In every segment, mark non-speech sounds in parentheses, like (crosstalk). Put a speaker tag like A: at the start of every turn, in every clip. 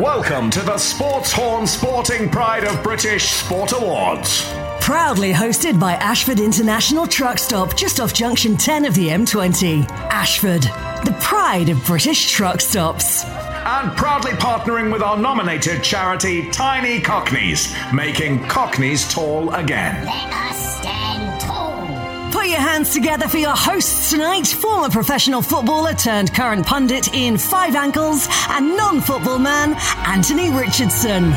A: Welcome to the Sports Horn Sporting Pride of British Sport Awards.
B: Proudly hosted by Ashford International Truck Stop, just off junction 10 of the M20. Ashford, the pride of British truck stops.
A: And proudly partnering with our nominated charity, Tiny Cockneys, making Cockneys tall again.
C: Let us stand tall.
B: Put your hands together for your hosts tonight, former professional footballer turned current pundit Ian Five Ankles and non football man Anthony Richardson.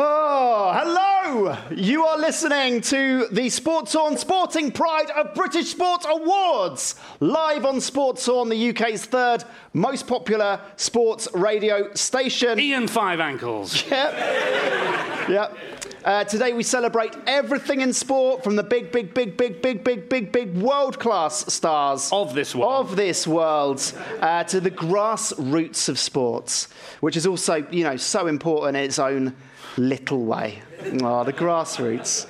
D: Oh, hello! You are listening to the Sports On Sporting Pride of British Sport Awards, live on Sports On, the UK's third most popular sports radio station.
E: Ian Five Ankles.
D: Yep. yep. Uh, today we celebrate everything in sport from the big, big, big, big, big, big, big, big world class stars
E: Of this world.
D: of this world uh, to the grassroots of sports, which is also, you know, so important in its own little way. Ah, the grassroots.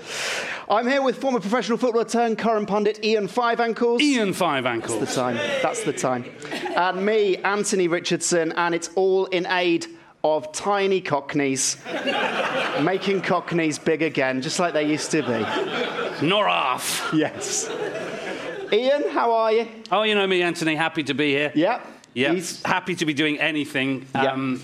D: I'm here with former professional footballer turned current pundit Ian Five Ankles.
E: Ian Five
D: That's the
E: Ankles.
D: time. That's the time. And me, Anthony Richardson, and it's all in aid of tiny cockneys, making cockneys big again, just like they used to be.
E: Nor off.
D: Yes. Ian, how are you?
E: Oh, you know me, Anthony. Happy to be here.
D: Yeah.
E: Yeah.
D: He's-
E: Happy to be doing anything.
D: Yeah.
E: Um,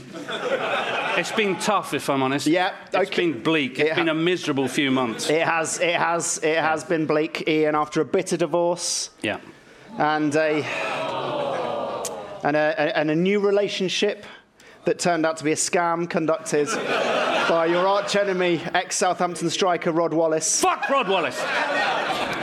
E: it's been tough, if I'm honest.
D: Yeah,
E: It's
D: okay.
E: been bleak. It's
D: Yeah.
E: been a miserable few months.
D: It has, it has, it has been bleak, Ian, after a bitter divorce
E: Yeah.
D: and a, and a, and a new relationship that turned out to be a scam conducted by your arch enemy, ex Southampton striker Rod Wallace.
E: Fuck Rod Wallace.
D: (laughs)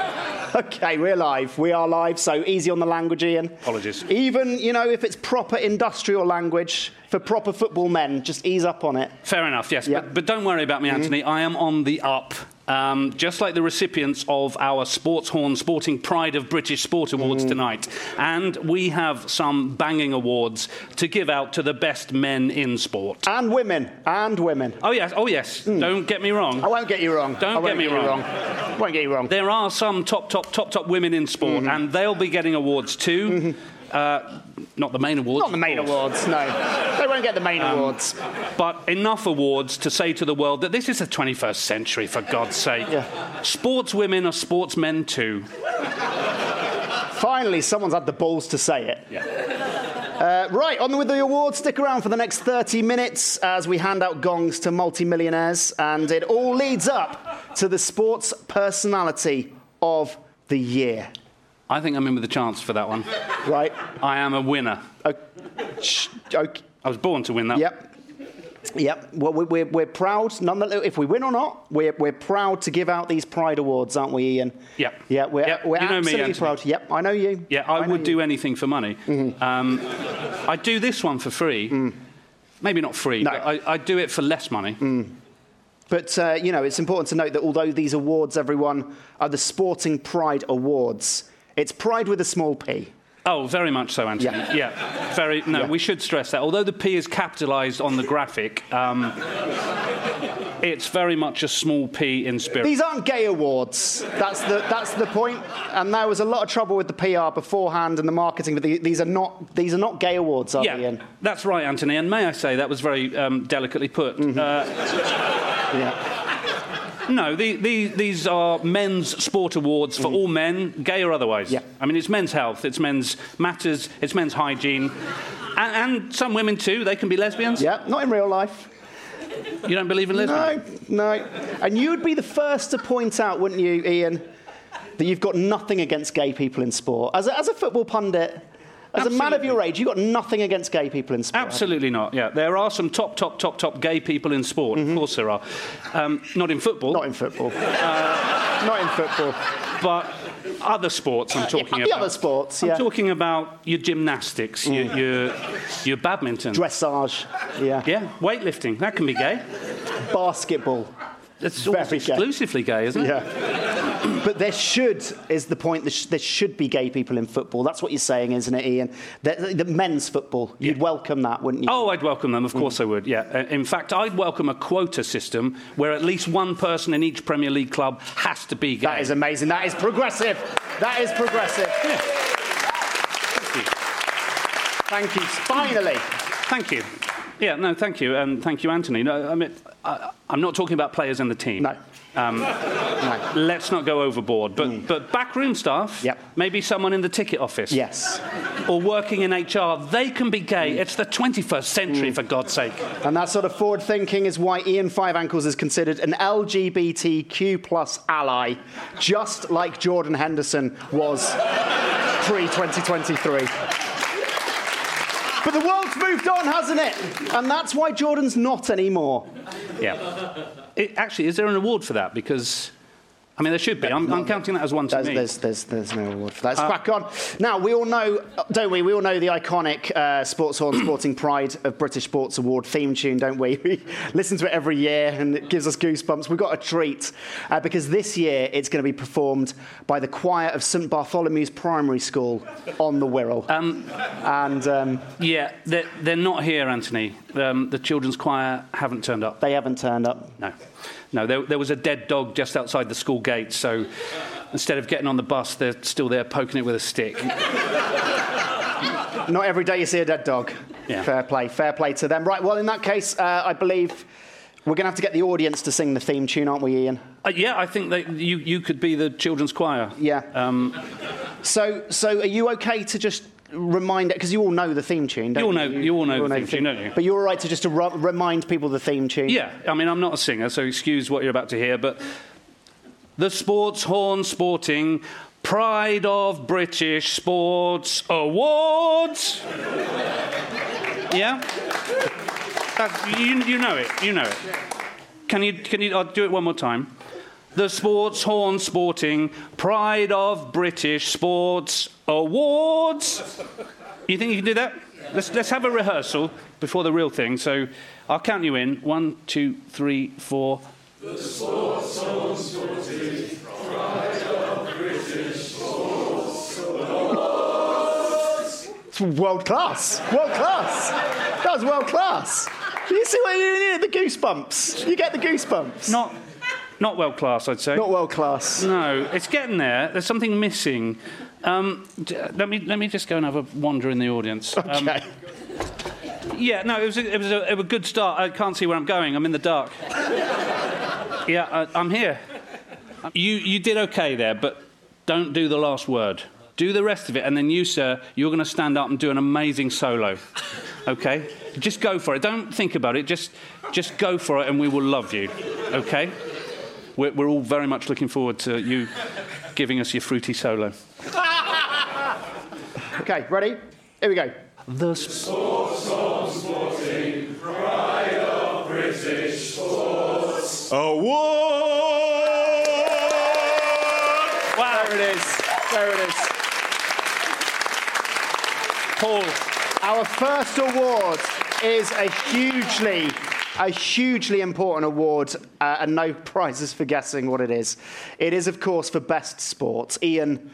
D: Okay, we're live. We are live, so easy on the language, Ian.
E: Apologies.
D: Even, you know, if it's proper industrial language for proper football men, just ease up on it.
E: Fair enough, yes.
D: Yeah. Mm-hmm.
E: But, but don't worry about me, Anthony. I am on the up. Um, just like the recipients of our Sports Horn Sporting Pride of British Sport
D: Mm-hmm.
E: Awards tonight. And we have some banging awards to give out to the best men in sport.
D: And women, and women.
E: Oh, yes. Oh, yes. Don't get me wrong.
D: Mm. Oh, I won't get you wrong.
E: Don't
D: I won't
E: get me
D: you
E: wrong.
D: Won't get you wrong.
E: There are some top, top, top, top women in
D: Mm-hmm.
E: sport, and they'll be getting awards too. Uh, not the main awards.
D: Not the main
E: of course.
D: awards, no. They won't get the
E: Um,
D: main awards.
E: But enough awards to say to the world that this is the 21st century, for God's sake.
D: Yeah.
E: Sports women are sportsmen too.
D: Finally, someone's had the balls to say it.
E: Yeah.
D: Uh, right, on with the awards. Stick around for the next 30 minutes as we hand out gongs to multimillionaires, and it all leads up to the sports personality of the year.
E: I think I'm in with a chance for that one.
D: Right?
E: I am a winner.
D: O- sh- Okay.
E: I was born to win that.
D: Yep. Yep. Well, we- we're, we're proud. Nonetheless, if we win or not, we're, we're proud to give out these Pride Awards, aren't we, Ian?
E: Yep.
D: Yeah, we're,
E: Yep.
D: we're
E: You know me,
D: absolutely
E: Anthony.
D: proud. Yep, I know you.
E: Yeah,
D: know
E: I, would
D: you. Mm-hmm.
E: do anything for money. Um, I do this one for free. Maybe not free,
D: Mm. No. Mm.
E: but I, I do it for less money.
D: But, uh, you know, it's important to note that although these awards, everyone, are the Sporting Pride Awards, it's Pride with a small p.
E: Oh, very much so, Anthony.
D: Yeah.
E: Yeah, very. No,
D: Yeah.
E: we should stress that. Although the P is capitalised on the graphic, um, it's very much a small P in spirit.
D: These aren't gay awards. That's the, that's the point. And there was a lot of trouble with the PR beforehand and the marketing, but the, these, are not, these are not gay awards, are they,
E: yeah,
D: Ian?
E: that's right, Anthony. And may I say that was very um, delicately put. Uh,
D: Mm-hmm. (laughs) Yeah.
E: no, the, the, these are men's sport awards for all men, gay or otherwise.
D: Mm-hmm. Yeah.
E: I mean, it's men's health, it's men's matters, it's men's hygiene, and, and some women too. They can be lesbians.
D: Yeah, not in real life.
E: You don't believe in lesbians?
D: No, no. And you would be the first to point out, wouldn't you, Ian, that you've got nothing against gay people in sport. As a, as a football pundit, As a man of
E: Absolutely.
D: your age, you've got nothing against gay people in sport.
E: Absolutely not. Yeah, there are some top, top, top, top gay people in sport. Of course, there are. Um, not in football,
D: Mm-hmm. Not in football.
E: Uh,
D: not in football.
E: but other sports. I'm talking
D: the
E: about.
D: other sports,
E: I'm
D: yeah. Mm.
E: talking about your gymnastics, your, your your badminton.
D: Dressage, yeah.
E: Yeah, weightlifting. That can be gay.
D: Basketball,
E: It's almost
D: Very gay.
E: exclusively gay, isn't it?
D: yeah.
E: (laughs)
D: but there should, is the point, there, sh- there should be gay people in football. That's what you're saying, isn't it, Ian? The, the men's football, you'd
E: Yeah.
D: welcome that, wouldn't you?
E: Oh, I'd welcome
D: Mm.
E: them. Of course, I would. Yeah. Uh, In fact, I'd welcome a quota system where at least one person in each Premier League club has to be gay.
D: That is amazing. That is progressive. That is progressive. Thank you. Finally.
E: Thank you. Yeah, no, thank you, and thank you, Anthony. No, I mean, I, I'm not talking about players in the team.
D: No.
E: Um, Let's not go overboard. But, but backroom staff,
D: Mm. Yep.
E: maybe someone in the ticket office,
D: Yes.
E: or working in HR, they can be gay. It's the 21st century, for God's sake.
D: And that sort of forward thinking is why Ian Five Ankles is considered an LGBTQ plus ally, just like Jordan Henderson was pre 2023. But the world's moved on, hasn't it? And that's why Jordan's not anymore.
E: Yeah. It, actually, is there an award for that? Because, I mean, there should be. I'm, I'm counting that as one to
D: There's,
E: me. Uh,
D: there's, there's, there's no award for that. Let's crack on. Now, we all know, don't we? We all know the iconic uh, Sports Hall
E: (clears throat)
D: and Sporting Pride of British Sports Award theme tune, don't we? (laughs) We listen to it every year and it gives us goosebumps. We've got a treat uh, because this year it's going to be performed by the choir of St Bartholomew's Primary School on the Wirral.
E: Um,
D: and um,
E: yeah, they're, they're not here, Anthony. Um, the children's choir haven't turned up.
D: they haven't turned up.
E: No, no. There, there was a dead dog just outside the school gate, so instead of getting on the bus, they're still there poking it with a stick.
D: Not every day you see a dead dog.
E: Yeah.
D: Fair play, fair play to them. Right, well, in that case, uh, I believe we're going to have to get the audience to sing the theme tune, aren't we, Ian?
E: Uh, yeah, I think that you, you could be the children's choir.
D: Yeah.
E: Um,
D: So, so are you okay to just remind? Because you all know the theme tune, don't you?
E: You all know- you all know the theme tune, don't you?
D: But you're all right to just to ru- remind people the theme tune.
E: yeah, I mean, I'm not a singer, so excuse what you're about to hear, but the Sports Horn Sporting Pride of British Sports Awards. yeah? That's, you, you know it, you know it. Can you, can you, I'll do it one more time. The Sports Horn Sporting Pride of British Sports Awards. You think you can do that? Let's, let's have a rehearsal before the real thing. So I'll count you in. One, two, three, four.
D: It's world class. World class. That was world class. You see what you need? The goosebumps. You get the goosebumps.
E: Not, not well class, I'd say.
D: Not world class.
E: no, it's getting there. There's something missing. Um, d- let, me, let me just go and have a wander in the audience. Um,
D: Okay.
E: yeah, no, it was, a, it, was a, it was a good start. I can't see where I'm going. I'm in the (laughs) dark. yeah, I, I'm here. You, you did okay there, but don't do the last word. Do the rest of it, and then you, sir, you're going to stand up and do an amazing solo. Okay? Just go for it. Don't think about it. Just, just go for it, and we will love you. Okay? We're, we're all very much looking forward to you giving us your fruity solo.
D: okay. Ready? Here we go.
E: The sports sporting pride of British sports award. Wow,
D: There it is. There it is.
E: Paul.
D: Our first award is a hugely, a hugely important award, uh, and no prizes for guessing what it is. It is, of course, for best sport. Ian,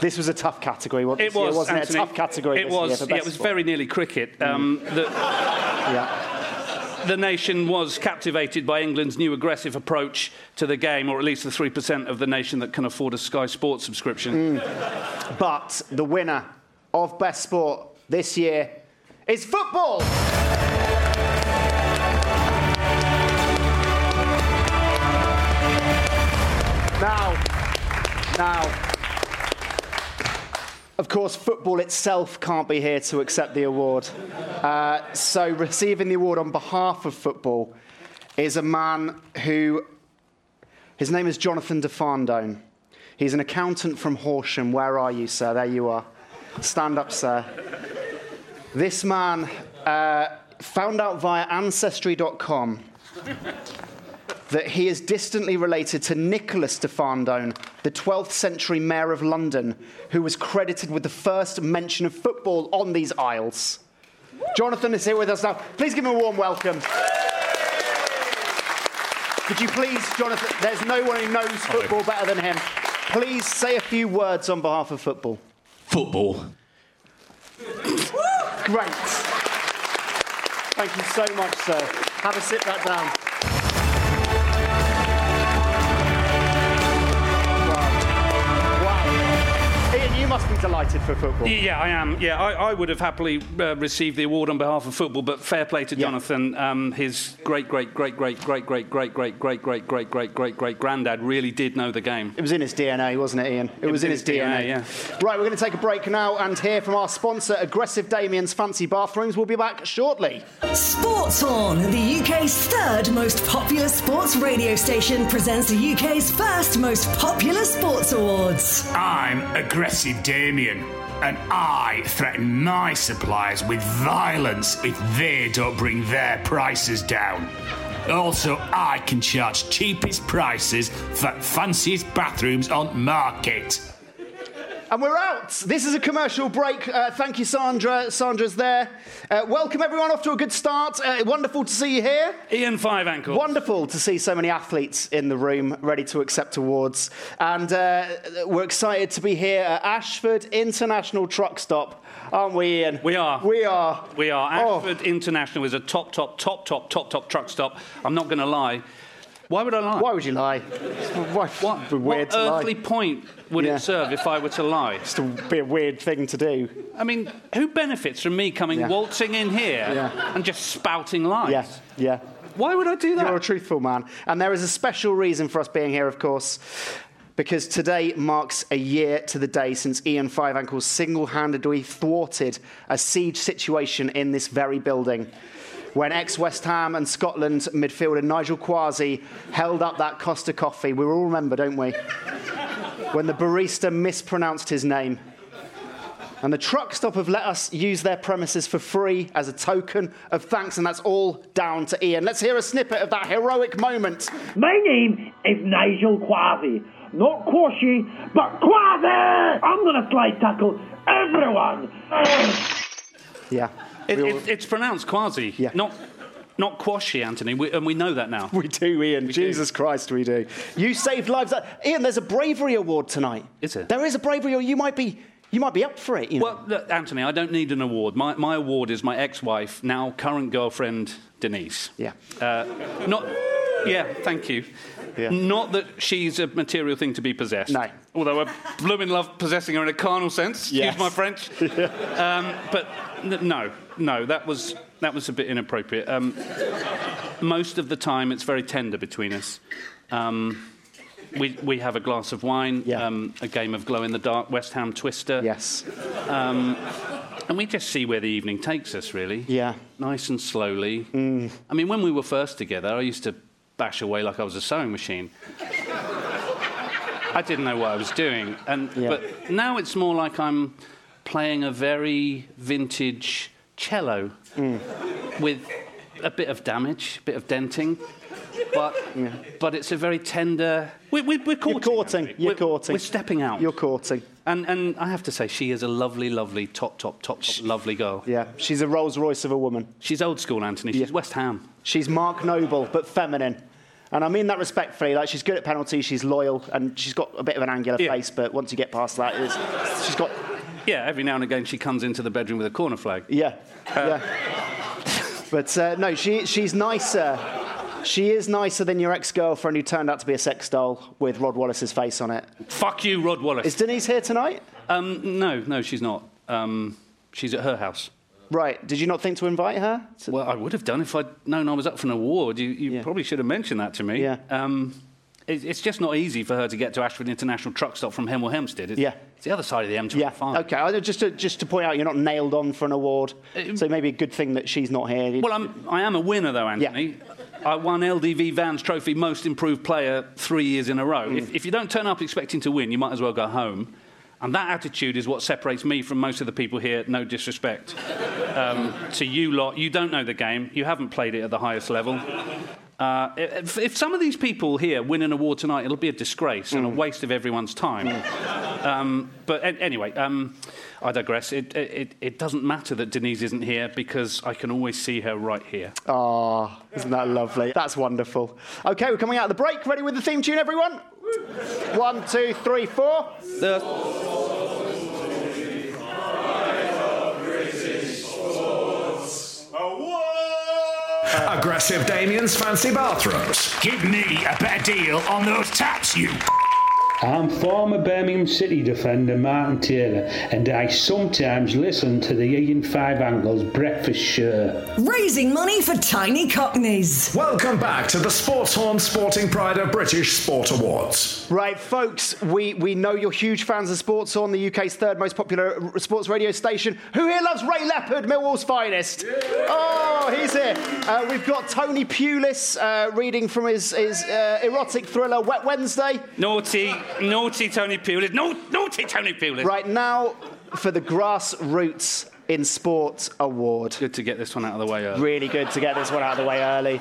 D: this was a tough category. Wasn't
E: It
D: this year,
E: was,
D: wasn't it? A
E: Anthony.
D: tough category.
E: It
D: this
E: was.
D: Year for Mm.
E: yeah,
D: best
E: it was
D: sport.
E: very nearly cricket. Um, the,
D: Yeah.
E: the nation was captivated by England's new aggressive approach to the game, or at least the three percent of the nation that can afford a Sky Sports subscription.
D: Mm. But the winner of best sport this year is football. Now, now. Of course, football itself can't be here to accept the award. Uh, so, receiving the award on behalf of football is a man who his name is Jonathan DeFarndone. He's an accountant from Horsham. Where are you, sir? There you are. Stand up, sir. This man uh, found out via Ancestry.com that he is distantly related to Nicholas de Farndone, the 12th century mayor of London, who was credited with the first mention of football on these isles. Jonathan is here with us now. Please give him a warm welcome. Could you please, Jonathan? There's no one who knows football better than him. Please say a few words on behalf of football.
E: Football.
D: Great. Thank you so much, sir. Have a sit that down. Wow. Wow. Ian, you must be delighted for football.
E: Yeah, I am. Yeah, I, I would have happily uh, received the award on behalf of football, but fair play to
D: Yeah.
E: Jonathan. Um, his great, great, great, great, great, great, great, great, great, great, great, great, great, great granddad really did know the game.
D: It was in his DNA, wasn't it, Ian? It, was, in his, DNA.
E: yeah.
D: Right, we're going to take a break now and hear from our sponsor, Aggressive Damien's Fancy Bathrooms. We'll be back shortly.
B: Sportshorn, the UK's third most popular sports radio station, presents the UK's first most popular sports awards.
F: I'm aggressive Damien, and I threaten my suppliers with violence if they don't bring their prices down. Also, I can charge cheapest prices for fanciest bathrooms on market.
D: And we're out. This is a commercial break. Uh, thank you, Sandra. Sandra's there. Uh, welcome, everyone, off to a good start. Uh, wonderful to see you here.
E: Ian Five Ankle.
D: Wonderful to see so many athletes in the room ready to accept awards. And uh, we're excited to be here at Ashford International Truck Stop, aren't we, Ian?
E: We are.
D: We are.
E: We are.
D: Oh.
E: Ashford International is a top, top, top, top, top, top truck stop. I'm not going to lie. Why would I lie?
D: Why would you lie? Why
E: What,
D: be weird
E: what
D: to lie?
E: earthly point would
D: Yeah.
E: it serve if I were to lie?
D: It's to be a weird thing to do.
E: I mean, who benefits from me coming
D: Yeah.
E: waltzing in here
D: Yeah.
E: and just spouting lies?
D: Yes. Yeah.
E: Why would I do that?
D: You're a truthful man. And there is a special reason for us being here, of course, because today marks a year to the day since Ian Five Ankles single handedly thwarted a siege situation in this very building. When ex West Ham and Scotland midfielder Nigel Quasi held up that Costa coffee, we all remember, don't we? When the barista mispronounced his name. And the truck stop have let us use their premises for free as a token of thanks, and that's all down to Ian. Let's hear a snippet of that heroic moment.
G: My name is Nigel Quasi. Not Quashy, but Quasi! I'm gonna slide tackle everyone!
D: Yeah.
E: It,
D: we, all-
E: it, it's pronounced quasi,
D: Yeah.
E: not not quashy, Anthony, we, and we know that now.
D: we do, Ian. Jesus Christ, we do. You saved lives. Uh, Ian, there's a bravery award tonight.
E: Is there?
D: There is a bravery award. You might be, you might be up for it. You know.
E: Well, look, Anthony, I don't need an award. My, my award is my ex-wife, now current girlfriend, Denise.
D: Yeah.
E: Uh, not. Yeah, thank you.
D: Yeah.
E: Not that she's a material thing to be possessed.
D: No.
E: Although I bloom in love possessing her in a carnal sense.
D: Yes.
E: Excuse my
D: (laughs)
E: French. Um, but n- no, no, that was that was a bit inappropriate. Um, most of the time, it's very tender between us. Um, we, we have a glass of wine,
D: Yeah.
E: um, a game of glow in the dark, West Ham Twister.
D: yes.
E: Um, and we just see where the evening takes us, really.
D: Yeah.
E: Nice and slowly.
D: Mm.
E: I mean, when we were first together, I used to bash away like I was a sewing machine. I didn't know what I was doing. And,
D: Yeah.
E: But now it's more like I'm playing a very vintage cello
D: Mm.
E: with a bit of damage, a bit of denting. But, but it's a very tender. We, we, we're courting.
D: You're courting.
E: aren't we?
D: You're
E: We're-
D: courting.
E: We're stepping out.
D: You're courting.
E: And, and I have to say, she is a lovely, lovely, top, top, top, top, lovely girl.
D: Yeah. She's a Rolls Royce of a woman.
E: She's old school, Anthony. She's West Ham.
D: She's Mark Noble, but feminine. And I mean that respectfully. Like she's good at penalties, she's loyal, and she's got a bit of an angular
E: Yeah.
D: face. But once you get past that, it's, she's got
E: Yeah, every now and again she comes into the bedroom with a corner flag.
D: yeah, yeah. but uh, no, she she's nicer. She is nicer than your ex-girlfriend who turned out to be a sex doll with Rod Wallace's face on it.
E: Fuck you, Rod Wallace.
D: Is Denise here tonight?
E: um, no, no, she's not. Um, she's at her house.
D: Right. Did you not think to invite her? To-
E: Well, I would have done if I'd known I was up for an award. You, you
D: Yeah.
E: probably should have mentioned that to me.
D: Yeah.
E: Um, it, it's just not easy for her to get to Ashford International Truck Stop from Hemel Hempstead. It's,
D: Yeah.
E: It's the other side of the M25.
D: yeah. Okay. I- Just to, just to point out, you're not nailed on for an award, so maybe a good thing that she's not here.
E: Uh, Well, I'm, I am a winner, though, Anthony. I won LDV Vans Trophy Most Improved Player three years in a row. If, if you don't turn up expecting to win, you might as well go home. And that attitude is what separates me from most of the people here, no disrespect. (laughs) Um, to you lot, you don't know the game, you haven't played it at the highest level. Uh, if, if some of these people here win an award tonight, it'll be a disgrace and a waste of everyone's time. Um, but an- anyway, um, I digress. It, it, it doesn't matter that Denise isn't here because I can always see her right here.
D: Ah, isn't that lovely? That's wonderful. Okay, we're coming out of the break. Ready with the theme tune, everyone? One, two, three, four.
E: The-
A: Aggressive Damien's Fancy Bathrooms.
F: Give me a better deal on those taps, you.
H: I'm former Birmingham City defender Martin Taylor, and I sometimes listen to the Ian Five Angles breakfast show.
B: Raising money for tiny cockneys.
A: Welcome back to the Sports Horn Sporting Pride of British Sport Awards.
D: Right, folks, we, we know you're huge fans of Sports on the UK's third most popular r- sports radio station. Who here loves Ray Leopard, Millwall's finest? Oh, he's here. Uh, we've got Tony Pulis uh, reading from his, his uh, erotic thriller, Wet Wednesday.
E: naughty, naughty Tony Pulis. No, naughty Tony Pulis.
D: Right now, for the Grassroots in Sport Award.
E: Good to get this one out of the way early.
D: Really good to get this one out of the way early.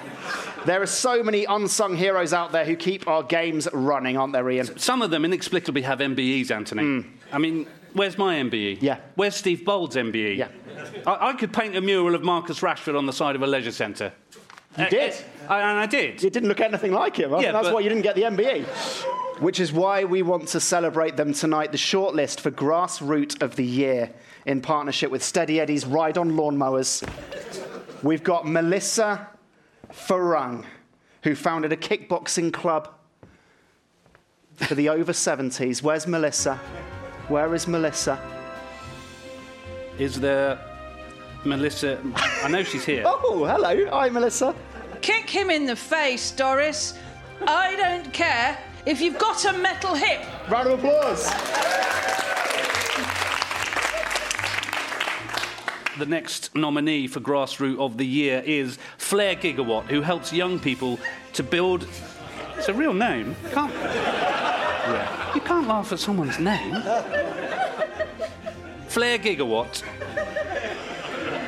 D: There are so many unsung heroes out there who keep our games running, aren't there, Ian?
E: Some of them inexplicably have MBEs, Anthony. I mean, where's my MBE?
D: Yeah.
E: Where's Steve Bold's MBE?
D: Yeah.
E: I, I could paint a mural of Marcus Rashford on the side of a leisure centre. You
D: did?
E: and I did.
D: It didn't look anything like him. I think
E: Yeah,
D: that's
E: but-
D: why you didn't get the MBE. Which is why we want to celebrate them tonight, the shortlist for Grassroot of the Year in partnership with Steady Eddie's Ride on Lawnmowers. We've got Melissa Farang, who founded a kickboxing club for the over 70s. Where's Melissa? Where is Melissa?
E: Is there Melissa? I know she's (laughs) here.
D: Oh, hello. Hi, Melissa.
I: Kick him in the face, Doris. I don't care. If you've got a metal hip,
D: Round of applause.
E: The next nominee for Grassroot of the Year is Flair Gigawatt, who helps young people to build. It's a real name. You can't. Yeah. You can't laugh at someone's name. Flair Gigawatt,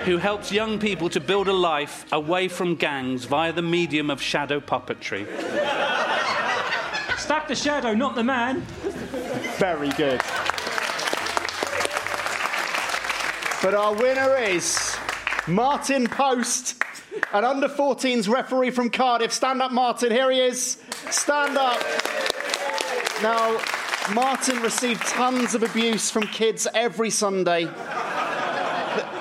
E: who helps young people to build a life away from gangs via the medium of shadow puppetry.
J: Stack the shadow, not the man.
D: Very good. But our winner is Martin Post, an under 14s referee from Cardiff. Stand up, Martin. Here he is. Stand up. Now, Martin received tons of abuse from kids every Sunday.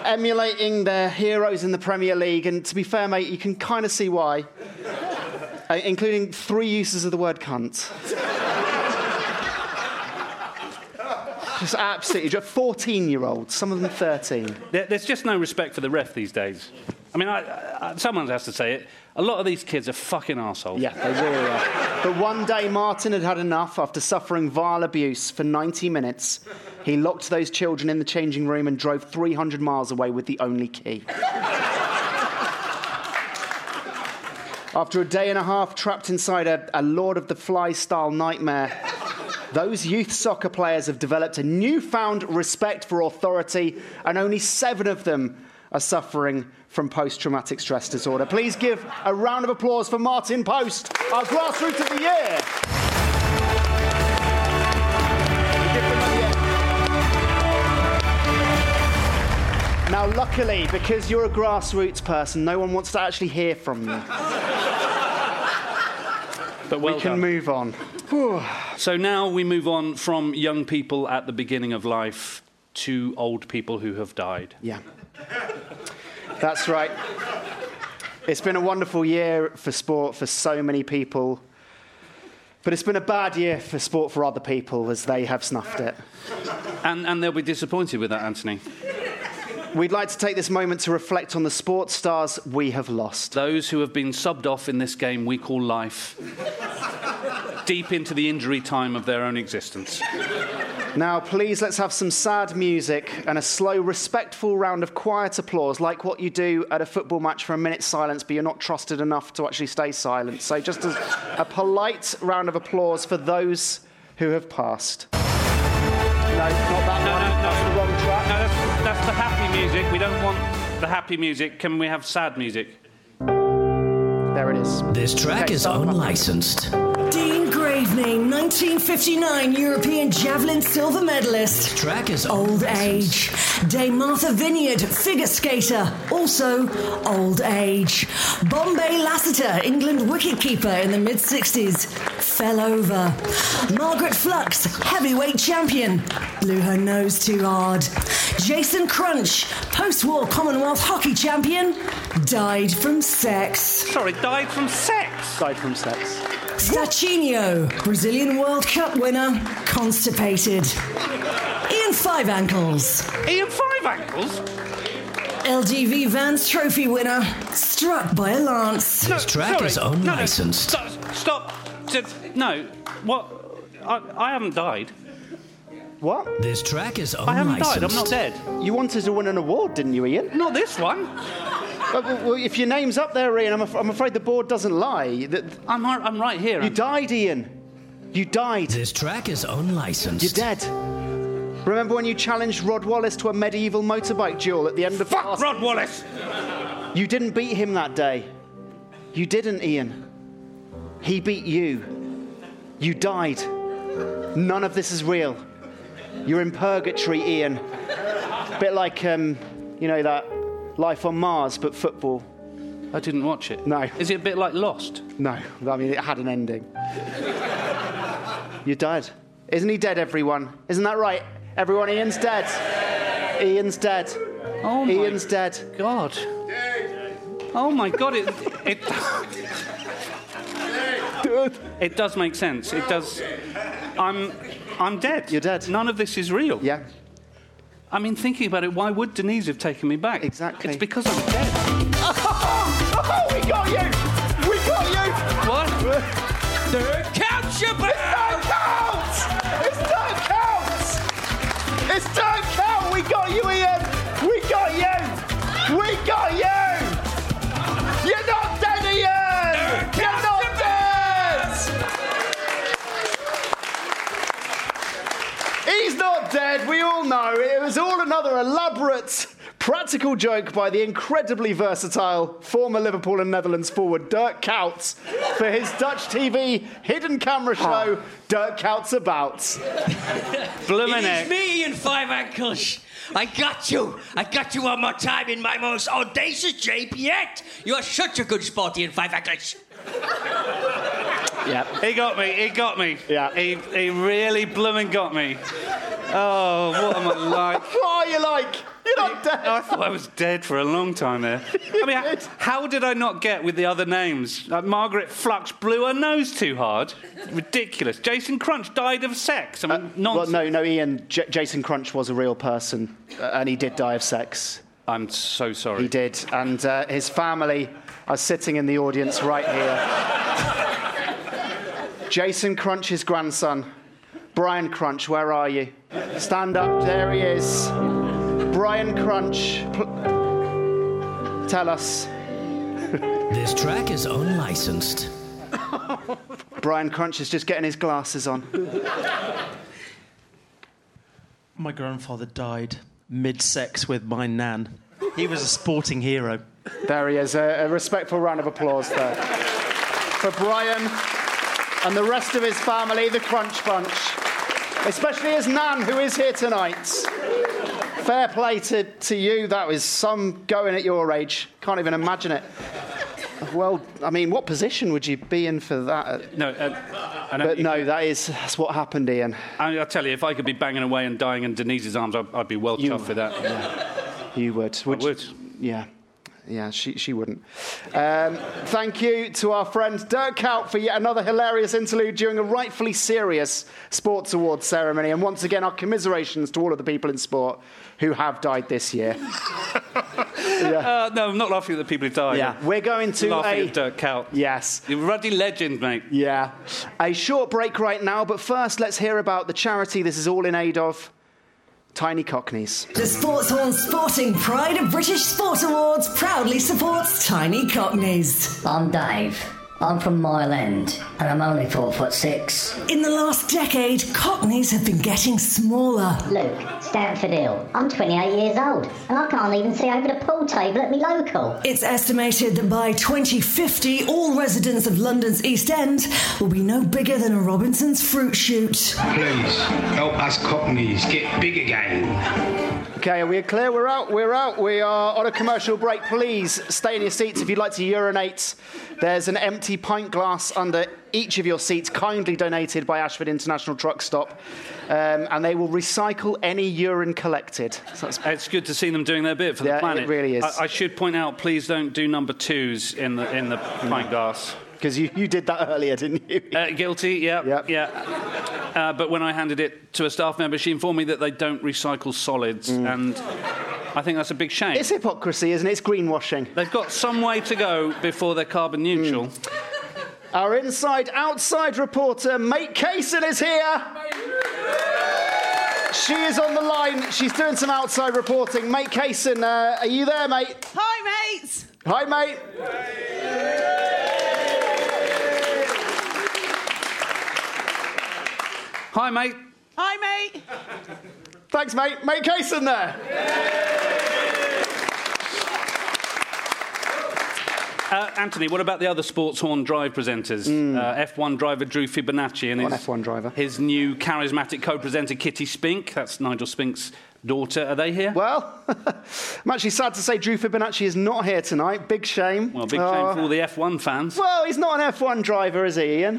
D: Emulating their heroes in the Premier League, and to be fair, mate, you can kind of see why, Uh, including three uses of the word cunt. Just absolutely, just 14 year olds, some of them 13.
E: There, there's just no respect for the ref these days. I mean, I, I, someone has to say it. A lot of these kids are fucking assholes.
D: Yeah, they really are. But one day, Martin had had enough after suffering vile abuse for 90 minutes. He locked those children in the changing room and drove 300 miles away with the only key. After a day and a half trapped inside a, a Lord of the Flies style nightmare, those youth soccer players have developed a newfound respect for authority, and only seven of them are suffering from post traumatic stress disorder. Please give a round of applause for Martin Post, our grassroots of the year. Now, luckily, because you're a grassroots person, no one wants to actually hear from you.
E: But well
D: we can
E: done.
D: move on.
E: So now we move on from young people at the beginning of life to old people who have died.
D: Yeah. That's right. It's been a wonderful year for sport for so many people. But it's been a bad year for sport for other people as they have snuffed it.
E: And, and they'll be disappointed with that, Anthony.
D: We'd like to take this moment to reflect on the sports stars we have lost.
E: Those who have been subbed off in this game we call life, (laughs) deep into the injury time of their own existence.
D: Now, please let's have some sad music and a slow, respectful round of quiet applause, like what you do at a football match for a minute's silence, but you're not trusted enough to actually stay silent. So, just as a polite round of applause for those who have passed. not that
E: No,
D: one.
E: no, no.
D: That's the wrong track.
E: No, that's, that's the happy music. We don't want the happy music. Can we have sad music?
D: There it is.
J: This track
D: Okay,
J: is
D: start.
J: unlicensed.
B: Dean Graveney, 1959 European Javelin Silver Medalist.
J: Track is
B: Old age. Dame Martha Vineyard, figure skater, also old age. Bombay Lassiter, England wicketkeeper in the mid 60s, fell over. Margaret Flux, heavyweight champion, blew her nose too hard. Jason Crunch, post war Commonwealth hockey champion, died from sex.
E: Sorry, died from sex.
D: Died from sex.
B: Stachinio, Brazilian World Cup winner, constipated. Ian Five Ankles,
E: Ian Five Ankles?
B: LGV Vans Trophy winner, struck by a lance.
E: No,
J: This track is
E: sorry. No, no,
J: unlicensed.
E: stop. stop. Just- No. What? I, I haven't died.
D: What?
J: This track is unlicensed.
E: I haven't died. I'm not dead.
D: You wanted to win an award, didn't you, Ian?
E: Not this one.
D: Uh, well, well, if your name's up there, Ian, I'm, af- I'm afraid the board doesn't lie. That
E: I'm, right- I'm right here.
D: you died, Ian. You died.
J: This track is unlicensed.
D: You're dead. Remember when you challenged Rod Wallace to a medieval motorbike duel at the end of
E: Fuck
D: last-
E: Rod Wallace.
D: You didn't beat him that day. You didn't, Ian. He beat you. You died. None of this is real. You're in purgatory, Ian. Bit like, um, you know, that life on Mars, but football.
E: I didn't watch it.
D: No.
E: Is it a bit like Lost?
D: No, I mean, it had an ending. You're dead. Isn't he dead, everyone? Isn't that right? Everyone, Ian's dead. Ian's dead.
E: Oh my
D: Ian's dead.
E: God. Oh my God. It, it, it does make sense. It does. I'm, I'm dead.
D: You're dead.
E: None of this is real.
D: Yeah.
E: I mean, thinking about it, why would Denise have taken me back?
D: Exactly.
E: It's because I'm dead.
D: Oh, (laughs) we got you! We got you!
E: What?
D: Dirk
E: Couch your
D: Don't count! It's don't count! It's don't count! We got you, Ian! We got you! We got you! You're not dead, Ian! You're not dead! He's not dead, we all know. It was all another elaborate practical joke by the incredibly versatile former Liverpool and Netherlands forward Dirk Coutts for his Dutch TV hidden camera show, Dirk Coutts About.
E: Bloomin'
K: It's
E: heck.
K: me and Five Ankles. I got you. I got you one more time in my most audacious shape yet. You are such a good sport, Ian Five Ankles.
D: Yeah.
E: He got me. He got me.
D: Yeah.
E: He, he really bloomin' got me. Oh, what am I like?
D: What are you like? You're not dead.
E: (laughs) I thought I was dead for a long time there. I mean,
D: did.
E: how did I not get with the other names? Like Margaret Flux blew her nose too hard. Ridiculous. Jason Crunch died of sex. I mean,
D: Uh, well,
E: nonsense.
D: no, no, Ian. J- Jason Crunch was a real person, uh, and he did die of sex.
E: I'm so sorry.
D: He did, and uh, his family are sitting in the audience right here. Jason Crunch's grandson, Brian Crunch. Where are you? Stand up. There he is. Brian Crunch. Pl- Tell us.
J: This track is unlicensed.
D: Brian Crunch is just getting his glasses on.
L: My grandfather died mid sex with my nan. He was a sporting hero.
D: There he is. A, a respectful round of applause there for Brian and the rest of his family, the Crunch Bunch, especially his nan who is here tonight. Fair play to, to you. That was some going at your age. Can't even imagine it. Well, I mean, what position would you be in for that?
E: No, uh, and
D: But no, that is that's what happened, Ian.
E: I mean, I'll tell you, if I could be banging away and dying in Denise's arms, I'd, I'd be well chuffed with that.
D: You would. Would.
E: would.
D: Yeah. Yeah, she, she wouldn't. Um, thank you to our friend Dirk Cout for yet another hilarious interlude during a rightfully serious sports awards ceremony. And once again, our commiserations to all of the people in sport who have died this year.
E: Uh, no, I'm not laughing at the people who died.
D: Yeah. We're going to
E: laughing
D: a-
E: at Dirk Cout.
D: Yes.
E: You're a ruddy legend, mate.
D: Yeah. A short break right now, but first, let's hear about the charity this is all in aid of Tiny Cockneys.
B: The Sportshorn Sporting Pride of British Sport Awards proudly supports Tiny Cockneys.
C: Bomb dive.
M: I'm from Mile End, and I'm only four foot six.
B: In the last decade, cockneys have been getting smaller.
N: Luke, Stanford Hill. I'm 28 years old, and I can't even see over the pool table at me local.
B: It's estimated that by 2050, all residents of London's East End will be no bigger than a Robinson's fruit shoot.
O: Please help us cockneys get big again.
D: Okay, are we clear? We're out. We're out. We are on a commercial break. Please stay in your seats if you'd like to urinate. There's an empty pint glass under each of your seats, kindly donated by Ashford International Truck Stop, um, and they will recycle any urine collected. So that's
E: It's good to see them doing their bit for
D: Yeah, it
E: the planet.
D: really is.
E: I, I should point out, please don't do number twos in the in the pint glass.
D: Because you, you did that earlier, didn't you?
E: Uh, guilty, yeah, yeah. Uh, but when I handed it to a staff member, she informed me that they don't recycle solids, and I think that's a big shame.
D: It's hypocrisy, isn't Mm. it? It's greenwashing.
E: They've got some way to go before they're carbon neutral.
D: Mm. Our inside outside reporter, Mate Kaysen, is here. She is on the line. She's doing some outside reporting. Mate Kaysen, uh, are you there, mate?
P: Hi, mates.
D: Hi, mate.
E: Hi, mate.
P: Hi, mate.
D: Thanks, mate. Mate Kaysen there.
E: Uh, Anthony, what about the other sports horn drive presenters?
D: Mm.
E: Uh, F1 driver Drew Fibonacci and
D: One
E: his,
D: F1 driver.
E: his new charismatic co-presenter Kitty Spink. That's Nigel Spink's daughter. Are they here?
D: Well, (laughs) I'm actually sad to say Drew Fibonacci is not here tonight. Big shame.
E: well, big
D: Uh,
E: shame for all the F1 fans.
D: Well, he's not an F1 driver, is he, Ian?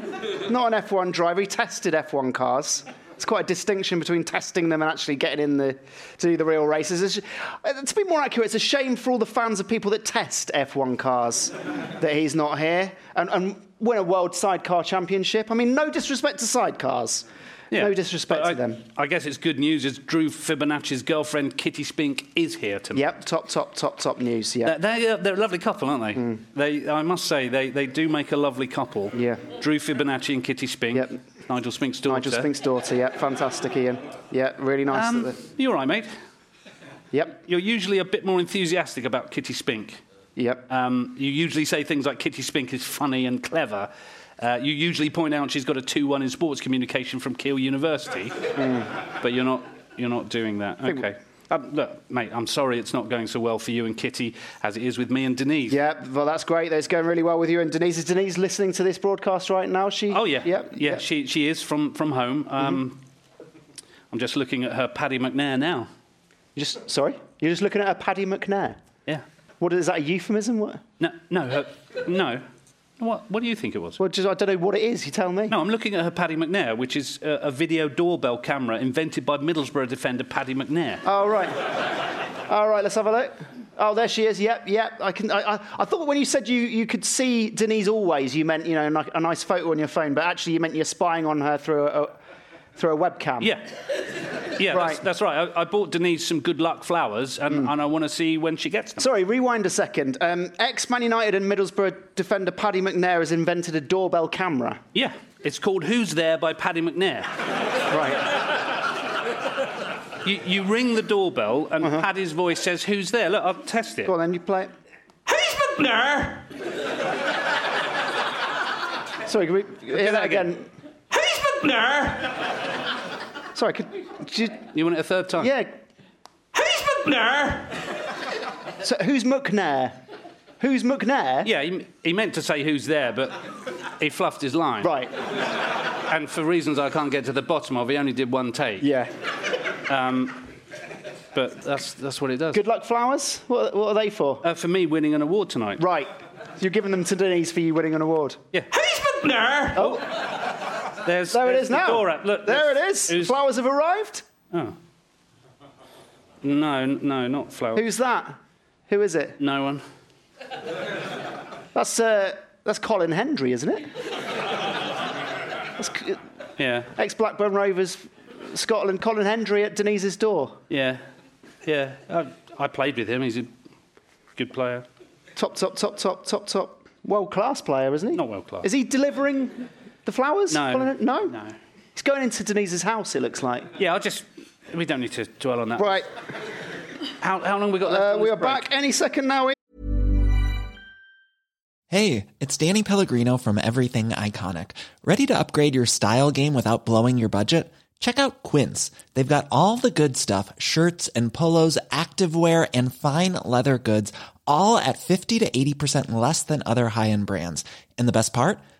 D: not an F1 driver. He tested F1 cars. It's quite a distinction between testing them and actually getting in the to do the real races. It's- uh, to be more accurate, it's a shame for all the fans of people that test F1 cars that he's not here and, and win a World Sidecar Championship. I mean, no disrespect to sidecars. No disrespect to them.
E: I guess it's good news is Drew Fibonacci's girlfriend Kitty Spink is here tonight.
D: Yep, top, top, top, top news. Yeah.
E: They're, they're, they're a lovely couple, aren't they?
D: Hmm.
E: They, I must say, they, they do make a lovely couple. Yeah. Drew Fibonacci and Kitty Spink. Yep. Nigel Spink's daughter.
D: Nigel Spink's daughter, yeah, fantastic, Ian. Yeah, really nice.
E: Um,
D: that
E: You all right, mate?
D: Yep.
E: You're usually a bit more enthusiastic about Kitty Spink.
D: Yep.
E: Um, you usually say things like Kitty Spink is funny and clever. Uh, you usually point out she's got a 2 1 in sports communication from Keele University, but you're not, you're not doing that.
D: think-
E: Okay. Um, look, mate, I'm sorry it's not going so well for you and Kitty as it is with me and Denise.
D: Yeah, well, that's great. That's going really well with you and Denise. Is Denise listening to this broadcast right now? She.
E: Oh yeah,
D: Yeah.
E: yeah. She she is from from home. Um, I'm just looking at her Paddy McNair now.
D: You just sorry. You're just looking at a Paddy McNair.
E: Yeah.
D: What is that? A euphemism? What?
E: No, no, her, no. What what do you think it was?
D: Well, just I don't know what it is. You tell me.
E: No, I'm looking at her Paddy McNair, which is a, a video doorbell camera invented by Middlesbrough defender Paddy McNair.
D: All right. All right. Let's have a look. Oh, there she is. Yep, yep. I can. I, I, I thought when you said you, you could see Denise always, you meant you know like a nice photo on your phone, but actually you meant you're spying on her through a, a through a webcam.
E: Yeah, yeah,
D: Right. Mm.
E: that's, that's right. I, I bought Denise some good luck flowers, and, and I want to see when she gets them.
D: Sorry, rewind a second. Um, Ex Man United and Middlesbrough defender Paddy McNair has invented a doorbell camera.
E: Yeah, it's called Who's There by Paddy McNair.
D: Right.
E: You, you ring the doorbell, and Paddy's voice says, Who's there? Look, I'll test it.
D: Uh-huh. Go on, then you play it.
E: McNair!
D: Sorry, can we hear that again?
E: McNair!
D: Sorry, could you,
E: you want it a third time?
D: Yeah.
E: McNair!
D: So who's McNair? Who's McNair?
E: Yeah, he, he meant to say who's there, but he fluffed his line.
D: Right.
E: And for reasons I can't get to the bottom of, he only did one take.
D: Yeah.
E: Um, but that's, that's what it does.
D: Good luck flowers. What, what are they for?
E: Uh, for me, winning an award tonight.
D: Right. You're giving them to Denise for you winning an award. Oh,
E: Yeah. McNair! Oh. There's,
D: There it
E: there's
D: is
E: the
D: now.
E: door at- Look,
D: there it
E: there's-
D: is.
E: who's-
D: Flowers have arrived.
E: Oh. No, n- no, not flowers.
D: Who's that? Who is it?
E: No one.
D: That's uh, that's Colin Hendry, isn't it? That's c-
E: Yeah,
D: ex Blackburn Rovers, Scotland. Colin Hendry at Denise's door.
E: yeah, yeah. I, I played with him. He's a good player.
D: Top, top, top, top, top, top. World class player, isn't he?
E: Not world class.
D: Is he delivering the flowers?
E: No.
D: Colin Hen- No.
E: No.
D: He's going into Denise's house. It looks like.
E: Yeah, I'll just. We don't need to dwell on that.
D: Right.
E: How, how long we got left?
D: Uh,
E: on
D: we
E: this
D: are
E: break?
D: back any second now.
Q: Hey, it's Danny Pellegrino from Everything Iconic. Ready to upgrade your style game without blowing your budget? Check out Quince. They've got all the good stuff shirts and polos, activewear, and fine leather goods, all at 50 to 80% less than other high end brands. And the best part?